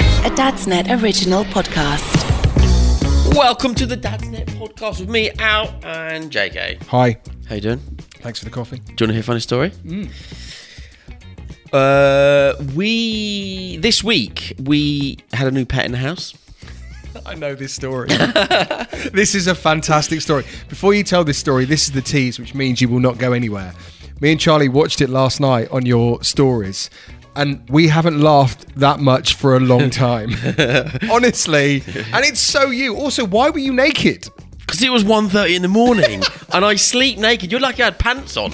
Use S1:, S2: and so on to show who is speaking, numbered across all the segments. S1: Dadsnet Original Podcast.
S2: Welcome to the Dadsnet podcast with me, Al, and JK.
S3: Hi.
S2: How you doing? Do
S3: Thanks for the coffee.
S2: you want to hear a funny story?
S3: Mm.
S2: Uh, we this week we had a new pet in the house.
S3: I know this story. this is a fantastic story. Before you tell this story, this is the tease, which means you will not go anywhere. Me and Charlie watched it last night on your stories, and we haven't laughed that much for a long time. Honestly. And it's so you. Also, why were you naked?
S2: Because it was 1.30 in the morning and I sleep naked. You're lucky I had pants on,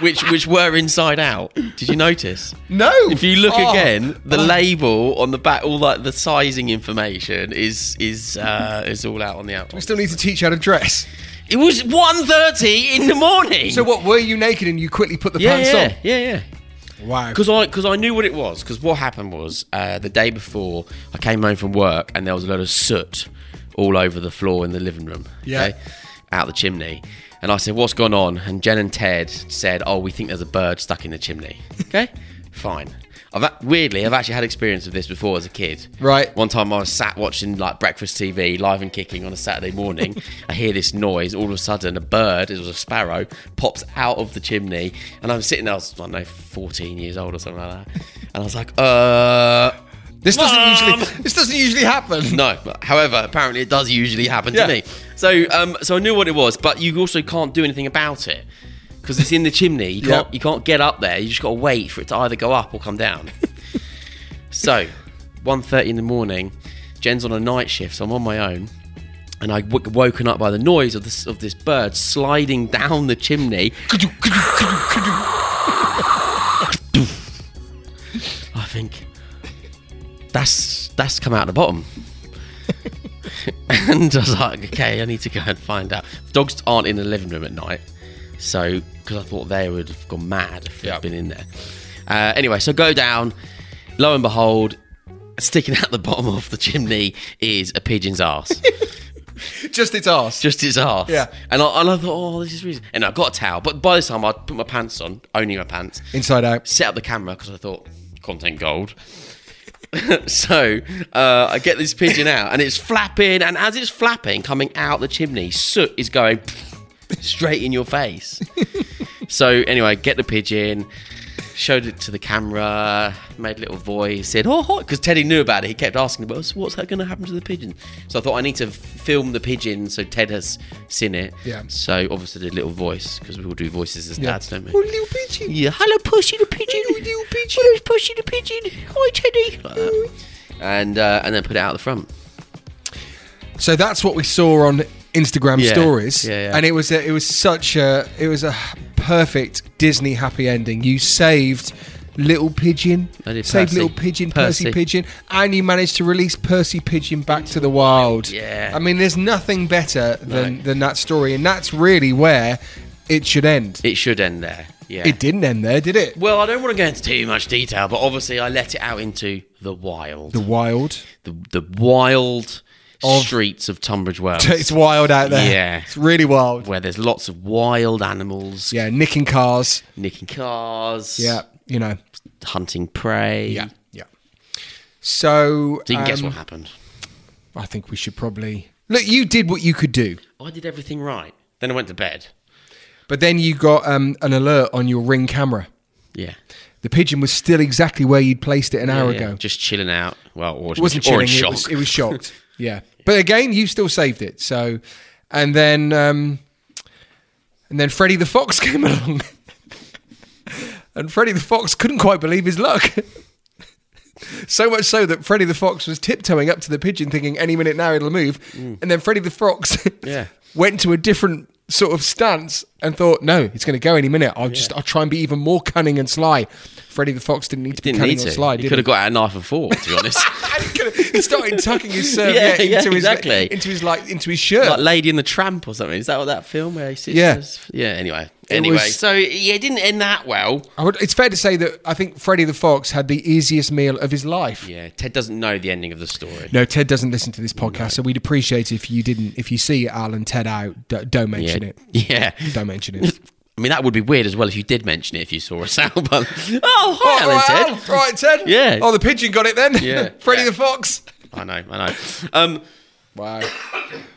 S2: which which were inside out. Did you notice?
S3: No.
S2: If you look
S3: Oh.
S2: again, the label on the back, all like the sizing information is is uh, is all out on the
S3: We
S2: outside.
S3: still need to teach you how to dress.
S2: It was 1.30 in the morning.
S3: So, what were you naked and you quickly put the
S2: yeah,
S3: pants
S2: yeah, yeah, yeah.
S3: on? Wow.
S2: Because I because I knew what it was. Because what happened was uh, the day before I came home from work and there was a lot of soot all over the floor in the living room.
S3: Yeah.
S2: Out the chimney, and I said, "What's gone on?" And Jen and Ted said, "Oh, we think there's a bird stuck in the chimney." Okay. Fine. I've a- weirdly I've actually had experience of this before as a kid.
S3: Right.
S2: One time I was sat watching like breakfast TV, live and kicking on a Saturday morning. I hear this noise. All of a sudden, a bird, it was a sparrow, pops out of the chimney. And I'm sitting there, I was, I don't know, 14 years old or something like that. And I was like, uh.
S3: This doesn't
S2: Mom!
S3: usually this doesn't usually happen.
S2: No. However, apparently it does usually happen
S3: Yeah.
S2: to me. So, um, so I knew what it was, but you also can't do anything about it because it's in the chimney. You can't,
S3: Yep.
S2: you can't get up there. You just got to wait for it to either go up or come down. so, 1.30 in the morning, Jen's on a night shift, so I'm on my own. And I w- woken up by the noise of this of this bird sliding down the chimney. I think that's that's come out the bottom. and I was like, okay, I need to go and find out. Dogs aren't in the living room at night, so because I thought they would have gone mad if
S3: Yeah.
S2: they'd been in there. Uh, anyway, so go down. Lo and behold, sticking out the bottom of the chimney is a pigeon's ass,
S3: Just its ass.
S2: just his ass.
S3: Yeah.
S2: And I, and I thought, oh, this is really. And I got a towel, but by this time I'd put my pants on, only my pants
S3: Inside out.
S2: set up the camera because I thought content gold. so uh, I get this pigeon out and it's flapping, and as it's flapping, coming out the chimney, soot is going straight in your face. so anyway, get the pigeon. Showed it to the camera, made a little voice, said, "Oh, hot," because Teddy knew about it. He kept asking, "Well, so what's going to happen to the pigeon?" So I thought I need to f- film the pigeon, so Ted has seen it.
S3: Yeah.
S2: So obviously did a little voice because we all do voices as dads, don't we?
S3: Oh, little pigeon.
S2: Yeah, hello, Pussy the Pigeon.
S3: Hello,
S2: pigeon. Where's Pussy the Pigeon? Hi, Teddy. Like that. And uh, and then put it out the front.
S3: So that's what we saw on Instagram
S2: Yeah,
S3: stories,
S2: yeah, yeah.
S3: and it was a, it was such a it was a perfect Disney happy ending. You saved little pigeon,
S2: I did
S3: saved
S2: Percy.
S3: little pigeon, Percy.
S2: Percy.
S3: pigeon, and you managed to release Percy pigeon back to the wild.
S2: Yeah.
S3: I mean, there's nothing better than
S2: No.
S3: than that story, and that's really where it should end.
S2: It should end there. Yeah.
S3: It didn't end there, did it?
S2: Well, I don't want to go into too much detail, but obviously I let it out into the wild,
S3: The
S2: the
S3: wild,
S2: the, wild
S3: Of-
S2: streets of Tunbridge Wells,
S3: it's wild out there.
S2: Yeah.
S3: it's really wild.
S2: where there's lots of wild animals,
S3: Yeah, nicking cars.
S2: nicking cars,
S3: Yeah, you know.
S2: hunting prey.
S3: yeah. So,
S2: So you can guess
S3: um,
S2: what happened.
S3: I think we should probably look. You did what you could do,
S2: I did everything right. Then I went to bed.
S3: but then you got um, an alert on your ring camera.
S2: Yeah.
S3: The pigeon was still exactly where you'd placed it an hour
S2: Yeah, yeah.
S3: ago.
S2: Just chilling out. Well, or,
S3: It wasn't
S2: or in
S3: chilling. It
S2: shock.
S3: was, it was shocked. yeah, but again, you still saved it. So, and then um, and then Freddie the fox came along, and Freddie the fox couldn't quite believe his luck. So much so that Freddie the Fox was tiptoeing up to the pigeon, thinking any minute now it'll move. And then Freddie the Fox
S2: Mm. Yeah.
S3: went to a different sort of stance and thought, no, it's going to go any minute. I'll just I'll try and be even more cunning and sly. Freddie the Fox didn't need to be
S2: Didn't
S3: cunning
S2: need
S3: or
S2: to.
S3: sly.
S2: he
S3: did
S2: could have got out a knife and fork, to be honest.
S3: and he, could've- he started tucking his serviette
S2: Yeah, yeah,
S3: into his
S2: exactly.
S3: into his like into his shirt.
S2: like Lady in the Tramp or something. Is that what that film where he sits?
S3: Yeah.
S2: Yeah. Anyway. Anyway.
S3: was-
S2: So yeah, it didn't end that well.
S3: I would, it's fair to say that I think Freddie the Fox had the easiest meal of his life.
S2: Yeah. Ted doesn't know the ending of the story.
S3: No, Ted doesn't listen to this podcast, so we'd appreciate if you didn't. If you see Al and Ted out, d- don't
S2: Yeah.
S3: mention it.
S2: Yeah.
S3: Don't mention it.
S2: I mean, that would be weird as well if you did mention it if you saw us out. But oh, hi, Alan Ted.
S3: Al. Right, Ted.
S2: Yeah.
S3: Oh, the pigeon got it then.
S2: Yeah.
S3: Freddie
S2: Yeah.
S3: the Fox.
S2: I know, I know. Um,
S3: Wow.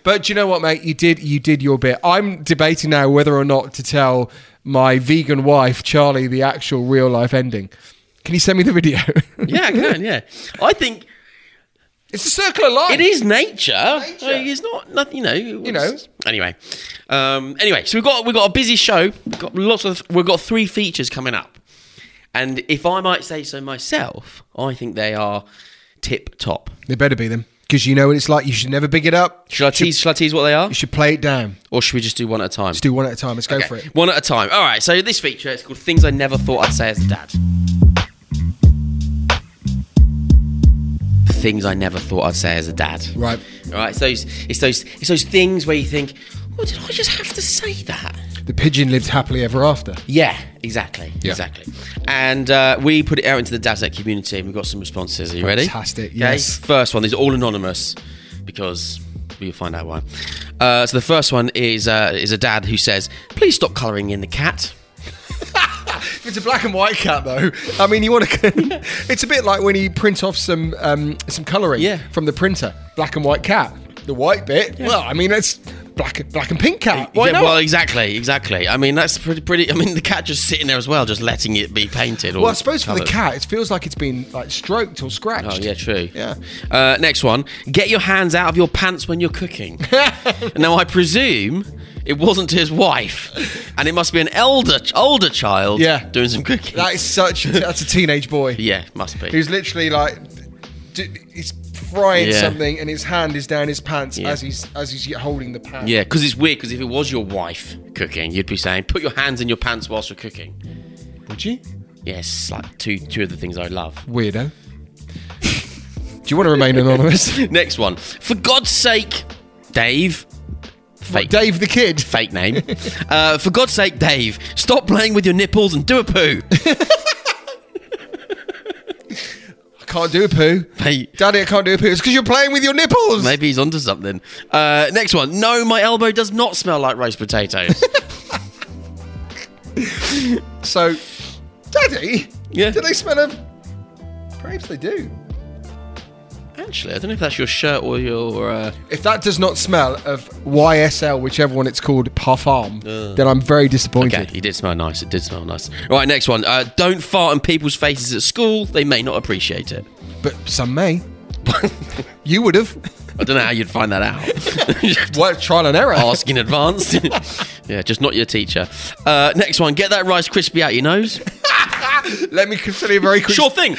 S3: But do you know what, mate? You did you did your bit. I'm debating now whether or not to tell my vegan wife, Charlie, the actual real life ending. Can you send me the video?
S2: yeah, I can, yeah. I think
S3: it's a circle of life.
S2: it is nature. Like, it's not, not you know. You
S3: know.
S2: Anyway, um, anyway, so we've got we've got a busy show. We've got lots of we've got three features coming up, and if I might say so myself, I think they are tip top.
S3: They better be them. Because you know what it's like. You should never big it up.
S2: Should I tease? Should I tease what they are,
S3: You should play it down.
S2: or should we just do one at a time?
S3: Let's do one at a time. Let's go for it.
S2: One at a time. All right. So this feature is called "Things I Never Thought I'd Say as a Dad." Things I never thought I'd say as a dad.
S3: Right.
S2: All right. It's those. It's those. It's those things where you think, "Oh, did I just have to say that?"
S3: The pigeon lived happily ever after.
S2: Yeah. Exactly.
S3: Yeah.
S2: Exactly. And uh, we put it out into the Dadnet community, and we got some responses. Are you ready?
S3: Fantastic,
S2: Okay,
S3: yes.
S2: First one. These are all anonymous because we'll find out why. Uh, so the first one is uh, is a dad who says, "Please stop colouring in the cat."
S3: If it's a black and white cat, though, I mean, you want to. It's a bit like when you print off some um, some colouring
S2: Yeah.
S3: from the printer. Black and white cat. The white bit. Well, I mean, that's black black and pink cat. Why
S2: yeah,
S3: not?
S2: Well, exactly, exactly. I mean, that's pretty, pretty. I mean, the cat just sitting there as well, just letting it be painted. Or
S3: Well, I suppose for the
S2: coloured.
S3: cat, it feels like it's been like stroked or scratched.
S2: Oh yeah, true.
S3: Yeah.
S2: Uh, next one: get your hands out of your pants when you're cooking. now, I presume it wasn't his wife, and it must be an elder, older child.
S3: Yeah.
S2: doing some cooking.
S3: That is such. That's a teenage boy
S2: yeah, must be.
S3: who's literally like, d- he's frying
S2: Yeah.
S3: something and his hand is down his pants
S2: Yeah.
S3: as he's as he's holding the pan.
S2: Yeah, because it's weird. Because if it was your wife cooking, you'd be saying, "Put your hands in your pants whilst you're cooking."
S3: Would you?
S2: Yes, like two two of the things I love.
S3: Weirdo. Do you want to remain anonymous?
S2: Next one. For God's sake, Dave. Fake,
S3: Dave the kid.
S2: fake name. Uh, for God's sake, Dave, stop playing with your nipples and do a poo.
S3: I can't do a poo.
S2: Mate,
S3: Daddy, I can't do a poo. It's because you're playing with your nipples.
S2: maybe he's onto something. Uh, next one. No, my elbow does not smell like roast potatoes.
S3: So, Daddy,
S2: Yeah.
S3: do they smell of? Perhaps they do.
S2: Actually, I don't know if that's your shirt or your. Uh...
S3: If that does not smell of YSL, whichever one it's called, Parfum,
S2: Uh.
S3: then I'm very disappointed.
S2: Okay, he did smell nice. It did smell nice. All right, next one. Uh, don't fart in people's faces at school. They may not appreciate it.
S3: But some may. you would have.
S2: I don't know how you'd find that out. You have to
S3: Well, trial and error.
S2: Ask in advance. yeah, just not your teacher. Uh, next one. Get that Rice crispy out your nose.
S3: Let me consider you very quick.
S2: Sure thing.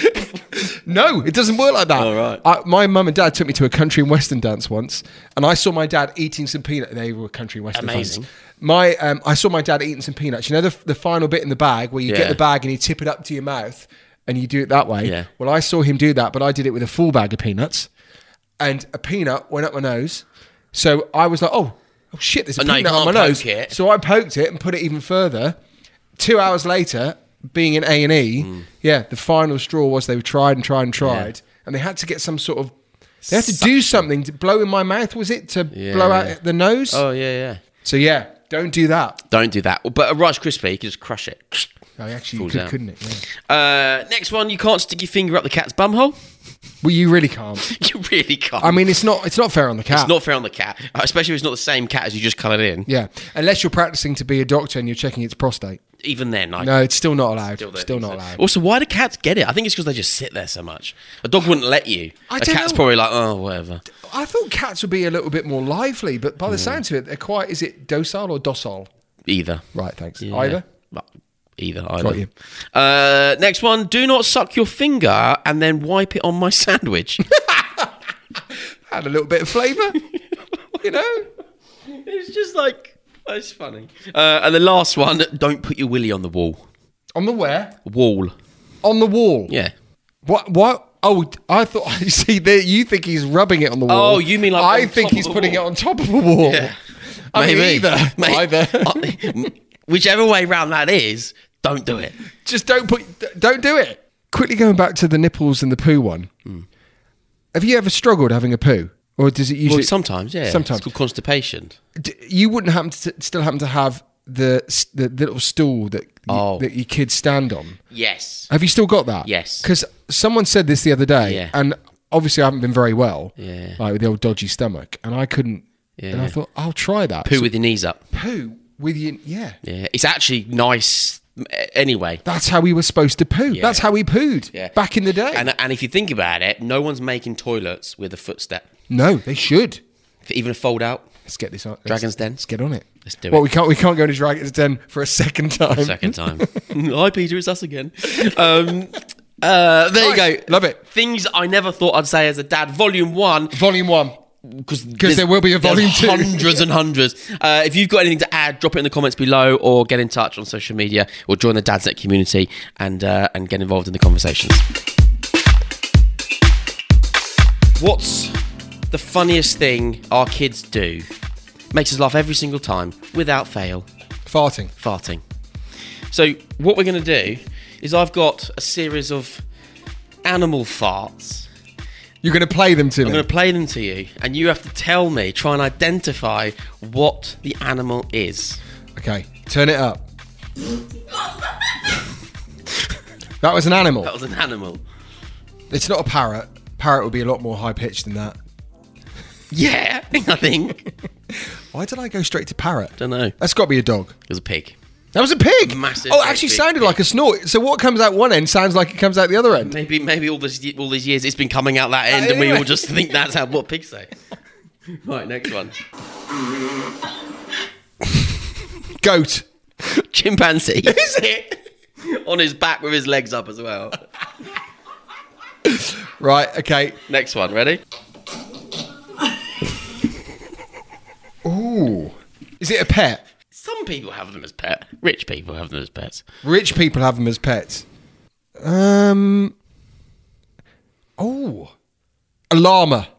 S3: No, it doesn't work like that.
S2: Oh, right.
S3: I, my mum and dad took me to a country and western dance once, and I saw my dad eating some peanut. They were country and western.
S2: Amazing.
S3: fans. My, um, I saw my dad eating some peanuts. You know the, the final bit in the bag where you
S2: Yeah.
S3: get the bag and you tip it up to your mouth, and you do it that way.
S2: Yeah.
S3: Well, I saw him do that, but I did it with a full bag of peanuts, and a peanut went up my nose, so I was like, oh. Oh shit! There's a
S2: Oh, no, you
S3: peanut on my
S2: can't
S3: nose.
S2: poke it.
S3: So I poked it and put it even further. Two hours later, being in A and
S2: Mm.
S3: E, yeah, the final straw was they tried and tried and tried, and they had to get some sort of. They had to do something to blow in my mouth. Was it to blow
S2: Yeah.
S3: out the nose?
S2: Oh yeah, yeah.
S3: So yeah, don't do that.
S2: Don't do that. But a Rice Krispie, you can just crush it.
S3: I actually you
S2: Falls
S3: could,
S2: out.
S3: couldn't it? Yeah.
S2: Uh, next one, you can't stick your finger up the cat's bumhole.
S3: Well, you really can't.
S2: You really can't.
S3: I mean, it's not. It's not fair on the cat.
S2: it's not fair on the cat, uh, especially if it's not the same cat as you just coloured in.
S3: Yeah, unless you're practicing to be a doctor and you're checking its prostate.
S2: Even then, I
S3: No, it's still not allowed. Still,
S2: don't think
S3: not
S2: so.
S3: allowed.
S2: Also, why do cats get it? I think it's because they just sit there so much. A dog wouldn't let you. A
S3: I don't
S2: cat's
S3: know.
S2: probably like, oh, whatever.
S3: I thought cats would be a little bit more lively, but by the
S2: Mm.
S3: sounds of it, they're quite. Is it docile or docile?
S2: Either.
S3: Right, thanks.
S2: Yeah.
S3: Either.
S2: Well, Either, either.
S3: Got you.
S2: Uh, next one. Do not suck your finger and then wipe it on my sandwich.
S3: Add a little bit of flavour. you know?
S2: it's just like, it's funny. Uh, and the last one. Don't put your willy on the wall.
S3: On the where?
S2: Wall.
S3: On the wall.
S2: Yeah.
S3: What what oh I thought you see there you think he's rubbing it on the wall.
S2: Oh, you mean like
S3: I
S2: on
S3: think
S2: top
S3: he's
S2: of the
S3: putting
S2: wall.
S3: it on top of a wall.
S2: Yeah.
S3: I mean, either.
S2: Mate,
S3: Either.
S2: uh, whichever way round that is, don't do it.
S3: Just don't put don't do it. Quickly going back to the nipples and the poo one.
S2: Hmm.
S3: Have you ever struggled having a poo? Or does it usually
S2: Well, sometimes, yeah.
S3: Sometimes.
S2: It's called constipation.
S3: D- you wouldn't happen to still happen to have the s- the little stool that you,
S2: Oh.
S3: that your kids stand on.
S2: Yes.
S3: Have you still got that?
S2: Yes.
S3: Because someone said this the other day,
S2: Yeah.
S3: and obviously I haven't been very well,
S2: Yeah.
S3: like with the old dodgy stomach, and I couldn't. And I
S2: Yeah.
S3: thought I'll try that
S2: Poo
S3: So
S2: with your knees up.
S3: poo with you. Yeah,
S2: Yeah, it's actually nice eh, anyway.
S3: that's how we were supposed to poo. That's how we pooed
S2: Yeah.
S3: back in the day.
S2: And and if you think about it, no one's making toilets with a footstep,
S3: no, they should.
S2: even a fold out.
S3: Let's get this on. let's-
S2: Dragon's Den.
S3: Let's get on it.
S2: Let's do
S3: Well,
S2: it.
S3: we can't. We can't go to Dragon's Den for a second time.
S2: Second time. Hi, Peter. It's us again. Um, uh, there you
S3: Nice.
S2: go.
S3: Love it.
S2: Things I never thought I'd say as a dad. Volume one.
S3: Volume one.
S2: Because
S3: there will be a volume two.
S2: Hundreds and hundreds. Uh, if you've got anything to add, drop it in the comments below, or get in touch on social media, or join the Dad's Net community and uh, and get involved in the conversations. What's the funniest thing our kids do? Makes us laugh every single time, without fail
S3: Farting.
S2: farting. So what we're going to do is I've got a series of animal farts.
S3: You're going to play them to
S2: I'm
S3: me.
S2: going to play them to you, and you have to tell me, try and identify what the animal is.
S3: Okay, turn it up. that was an animal.
S2: That was an animal.
S3: It's not a parrot. Parrot would be a lot more high pitched than that.
S2: Yeah, I think.
S3: Why did I go straight to parrot?
S2: Don't know. It
S3: That's got to be a dog.
S2: was a pig.
S3: That was a pig.
S2: Massive,
S3: Oh,
S2: great
S3: actually,
S2: big
S3: sounded
S2: pig.
S3: like a snort. So what comes out one end sounds like it comes out the other end.
S2: Maybe, maybe all this, all these years, it's been coming out that end, and we all just think that's how what pigs say. Right, next one.
S3: Goat.
S2: Chimpanzee. Is it? On his back with his legs up as well.
S3: Right. Okay.
S2: Next one, ready?
S3: Ooh. Is it a pet?
S2: Some people have them as pets. Rich people have them as pets.
S3: Rich people have them as pets. Um. Oh, a llama.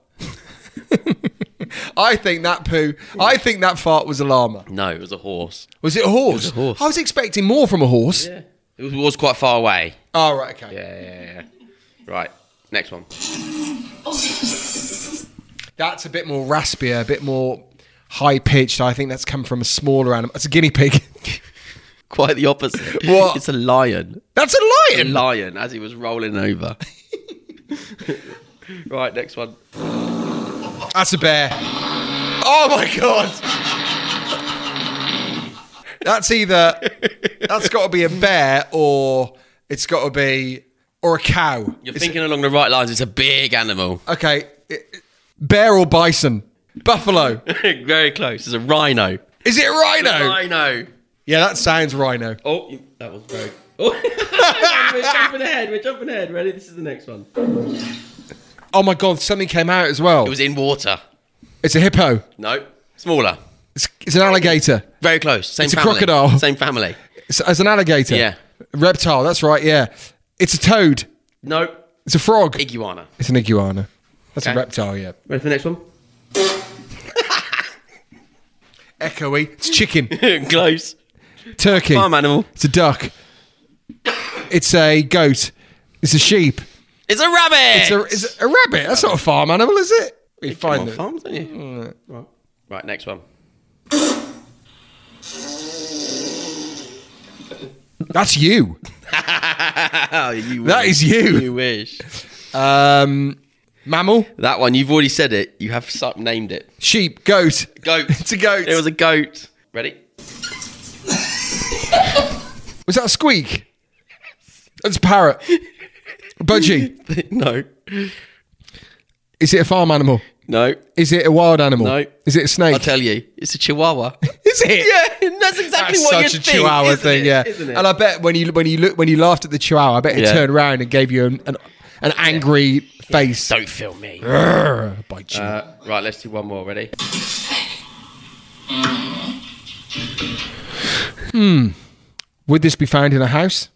S3: I think that poo. I think that fart was a llama.
S2: No, it was a horse.
S3: Was it a horse?
S2: a horse.
S3: I was expecting more from a horse.
S2: Yeah. It was, was quite far away.
S3: Oh right, okay.
S2: Yeah, yeah, yeah. Right. Next one.
S3: That's a bit more raspier, a bit more high pitched. I think that's come from a smaller animal. It's a guinea pig.
S2: Quite the opposite.
S3: What?
S2: It's a lion.
S3: That's a
S2: A
S3: lion.
S2: lion as he was rolling over. right, next one.
S3: That's a bear. Oh my god. That's either that's got to be a bear or it's got to be or a cow.
S2: You're
S3: It's-
S2: thinking along the right lines. It's a big animal.
S3: okay, it- bear or bison, buffalo.
S2: Very close. It's a rhino.
S3: Is it a rhino?
S2: Rhino.
S3: Yeah, that sounds rhino.
S2: Oh, you- that was very. Oh. we're jumping ahead. We're jumping ahead. Ready? This is the next one. It
S3: Oh my god, something came out as well.
S2: was in water.
S3: It's a hippo.
S2: No. Smaller.
S3: It's, it's an alligator.
S2: Very close. Same
S3: It's a
S2: family.
S3: crocodile.
S2: Same family.
S3: It's, it's an alligator.
S2: Yeah.
S3: Reptile. That's right. Yeah. It's a toad.
S2: No.
S3: It's a frog.
S2: Iguana.
S3: It's an iguana. That's a
S2: Okay.
S3: reptile. Yeah.
S2: Ready for the next one?
S3: Echoey. It's chicken.
S2: close.
S3: Turkey.
S2: Farm animal.
S3: It's a duck. It's a goat. It's a sheep.
S2: It's a rabbit.
S3: It's a, it's a rabbit. That's not a farm animal, is it? We
S2: Come
S3: find
S2: on,
S3: them.
S2: farms, don't you? Right. right, next one.
S3: That's you.
S2: you
S3: That is you.
S2: You wish.
S3: Um, mammal.
S2: That one, you've already said it. You have sub- named it.
S3: Sheep. Goat.
S2: Goat.
S3: It's a goat.
S2: It was a goat. Ready?
S3: Was that a squeak? That's a parrot. Budgie.
S2: no.
S3: Is it a farm animal?
S2: No.
S3: Is it a wild animal?
S2: No.
S3: Is it a snake?
S2: I'll tell you. It's a chihuahua.
S3: Is it?
S2: yeah, that's exactly
S3: That's
S2: what
S3: such
S2: you
S3: a
S2: think.
S3: chihuahua
S2: isn't
S3: thing,
S2: it?
S3: yeah.
S2: Isn't it?
S3: And I bet when you when you look when you laughed at the chihuahua, I bet it
S2: Yeah.
S3: turned around and gave you an an, an angry face.
S2: Don't film me.
S3: Grrr, bite you.
S2: Uh, right, let's do one more. Ready?
S3: Would this be found in a house?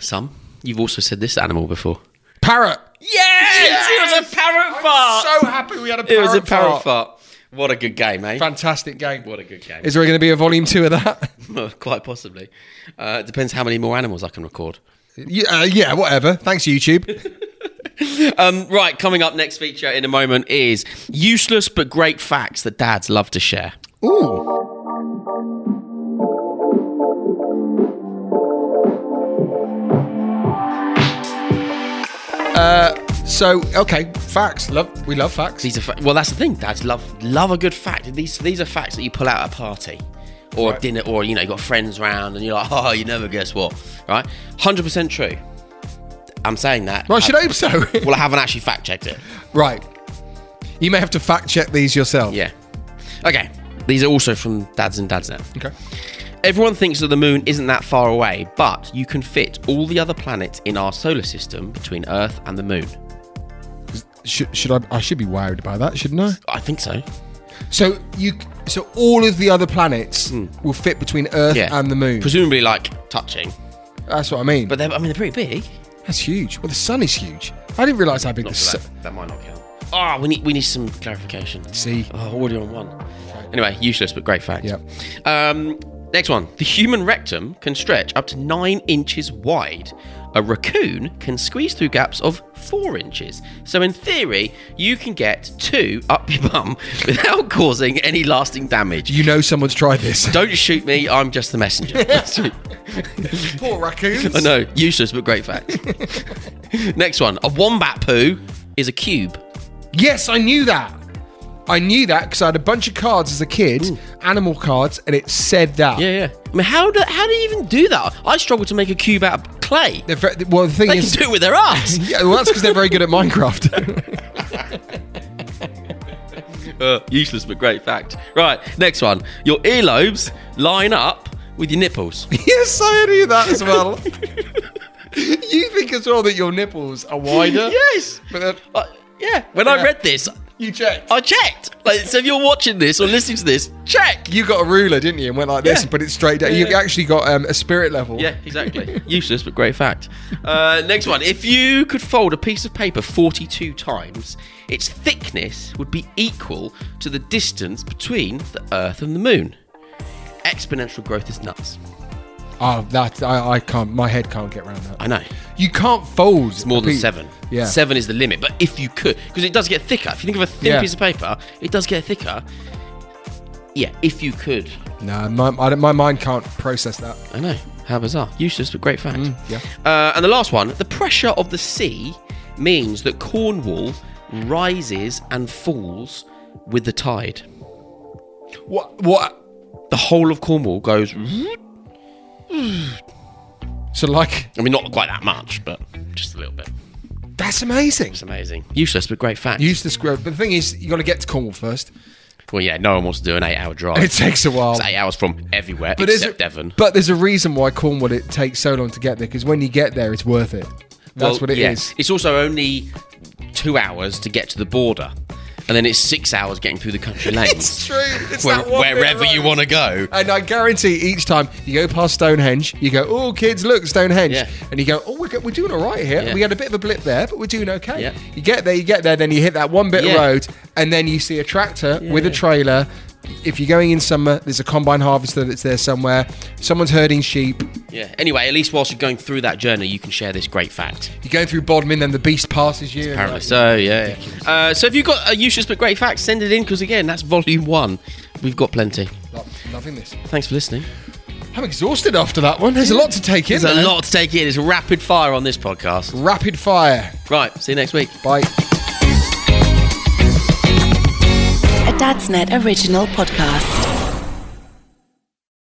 S2: Some. You've also said this animal before.
S3: Parrot.
S2: Yes! It was a parrot fart.
S3: So happy we had a parrot.
S2: it was a parrot
S3: fart.
S2: fart. What a good game, eh?
S3: Fantastic game.
S2: What a good game.
S3: Is there going to be a volume two of that?
S2: Well, Quite possibly. Uh, it depends how many more animals I can record.
S3: yeah, uh, yeah, whatever. Thanks, YouTube.
S2: Um, right, coming up next feature in a moment is useless but great facts that dads love to share.
S3: Ooh. Uh, So okay, facts. Love we love facts.
S2: These are fa- well, that's the thing. Dads love love a good fact. These these are facts that you pull out at a party, or a dinner, or you know, you got friends round, and you're like, oh, you never guess what, right? Hundred percent true. I'm saying that. Uh,
S3: Well, I should hope so.
S2: Well, I haven't actually fact checked it.
S3: right. You may have to fact check these yourself.
S2: Yeah. Okay. These are also from Dads and Dads now.
S3: Okay.
S2: Everyone thinks that the moon isn't that far away, but you can fit all the other planets in our solar system between Earth and the moon.
S3: Should, should I? I should be worried by that, shouldn't I?
S2: I think so.
S3: So you, so all of the other planets will fit between Earth
S2: Hmm. Yeah.
S3: and the Moon.
S2: Presumably, like touching.
S3: That's what I mean.
S2: But they're, I mean, they're pretty big.
S3: That's huge. Well, the Sun is huge. I didn't realise how big the
S2: Not for
S3: Sun.
S2: that, that might not count. Ah, we need we need some clarification.
S3: See.
S2: oh, already on one. Anyway, useless but great fact.
S3: Yep.
S2: Um, next one: the human rectum can stretch up to nine inches wide. A raccoon can squeeze through gaps of four inches. So, in theory, you can get two up your bum without causing any lasting damage.
S3: You know someone's tried this.
S2: Don't shoot me. I'm just the messenger.
S3: Poor raccoons.
S2: I know, useless but great fact. Next one: a wombat poo is a cube.
S3: Yes, I knew that. I knew that because I had a bunch of cards as a kid, animal cards, and it said that.
S2: Yeah, yeah. I mean, how do how do you even do that? I struggle to make a cube out of clay.
S3: They're very, well, the thing
S2: They can
S3: is,
S2: do it with their ass.
S3: yeah, well, that's because they're very good at Minecraft.
S2: Uh, useless but great fact. Right, next one. Your earlobes line up with your nipples.
S3: yes, I knew that as well. you think as well that your nipples are wider?
S2: yes.
S3: But then
S2: Uh, yeah. When I
S3: Yeah.
S2: read this,
S3: you checked.
S2: I checked. Like, so if you're watching this or listening to this, check.
S3: you got a ruler, didn't you? And went like this
S2: Yeah.
S3: and put it straight down. You
S2: Yeah.
S3: actually got um, a spirit level.
S2: Yeah, exactly. Useless but great fact. Uh, next one. If you could fold a piece of paper 42 times, its thickness would be equal to the distance between the Earth and the Moon. Exponential growth is nuts.
S3: Oh, that I, I can't. My head can't get around that.
S2: I know.
S3: You can't fold.
S2: It's more than seven.
S3: Yeah.
S2: Seven is the limit. But if you could, because it does get thicker. If you think of a thin
S3: Yeah.
S2: piece of paper, it does get thicker. Yeah, if you could.
S3: No, my, I don't- my mind can't process that.
S2: I know. How bizarre. Useless, but great fact.
S3: yeah.
S2: Uh, and the last one the pressure of the sea means that Cornwall rises and falls with the tide.
S3: What? What?
S2: The whole of Cornwall goes. I
S3: So like,
S2: mean, not quite that much, but just a little bit.
S3: that's amazing.
S2: It's amazing. Useless, but great fact.
S3: Use the square. But the thing is, you got to get to Cornwall first.
S2: well, yeah, no one wants to do an eight hour drive.
S3: It takes a while.
S2: It's eight hours from everywhere
S3: But
S2: except
S3: there's a,
S2: Devon.
S3: But there's a reason why Cornwall it takes so long to get there because when you get there, it's worth it. That's
S2: Well,
S3: what it is.
S2: yeah. It's also only two hours to get to the border, and then it's six hours getting through the country lanes.
S3: It's true. It's
S2: Where-
S3: that one bit
S2: wherever
S3: of Uh,
S2: you
S3: road.
S2: want to go.
S3: And I guarantee each time you go past Stonehenge, you go, "Oh, kids, look Stonehenge,"
S2: Yeah.
S3: and you go, "Oh, we're, go- we're doing all right here.
S2: Yeah.
S3: We had a bit of a blip there, but we're doing okay."
S2: Yeah.
S3: You get there, you get there, then you hit that one bit
S2: Yeah.
S3: of road, and then you see a tractor with a
S2: yeah.
S3: trailer. If you're going in summer, there's a combine harvester that's there somewhere. Someone's herding sheep.
S2: Yeah. Anyway, at least whilst you're going through that journey, you can share this great fact.
S3: You're going through Bodmin, then the beast passes you. and
S2: Apparently
S3: like-
S2: so, yeah. Uh, so if you've got a useless but great fact, send it in because again, that's volume one. We've got plenty.
S3: Lo- loving this.
S2: Thanks for listening.
S3: I'm exhausted after that one. There's a lot to take in.
S2: There's a
S3: there.
S2: lot to take in. It's rapid fire on this podcast.
S3: Rapid fire.
S2: Right. See you next week.
S3: Bye.
S1: A Dadsnet original podcast.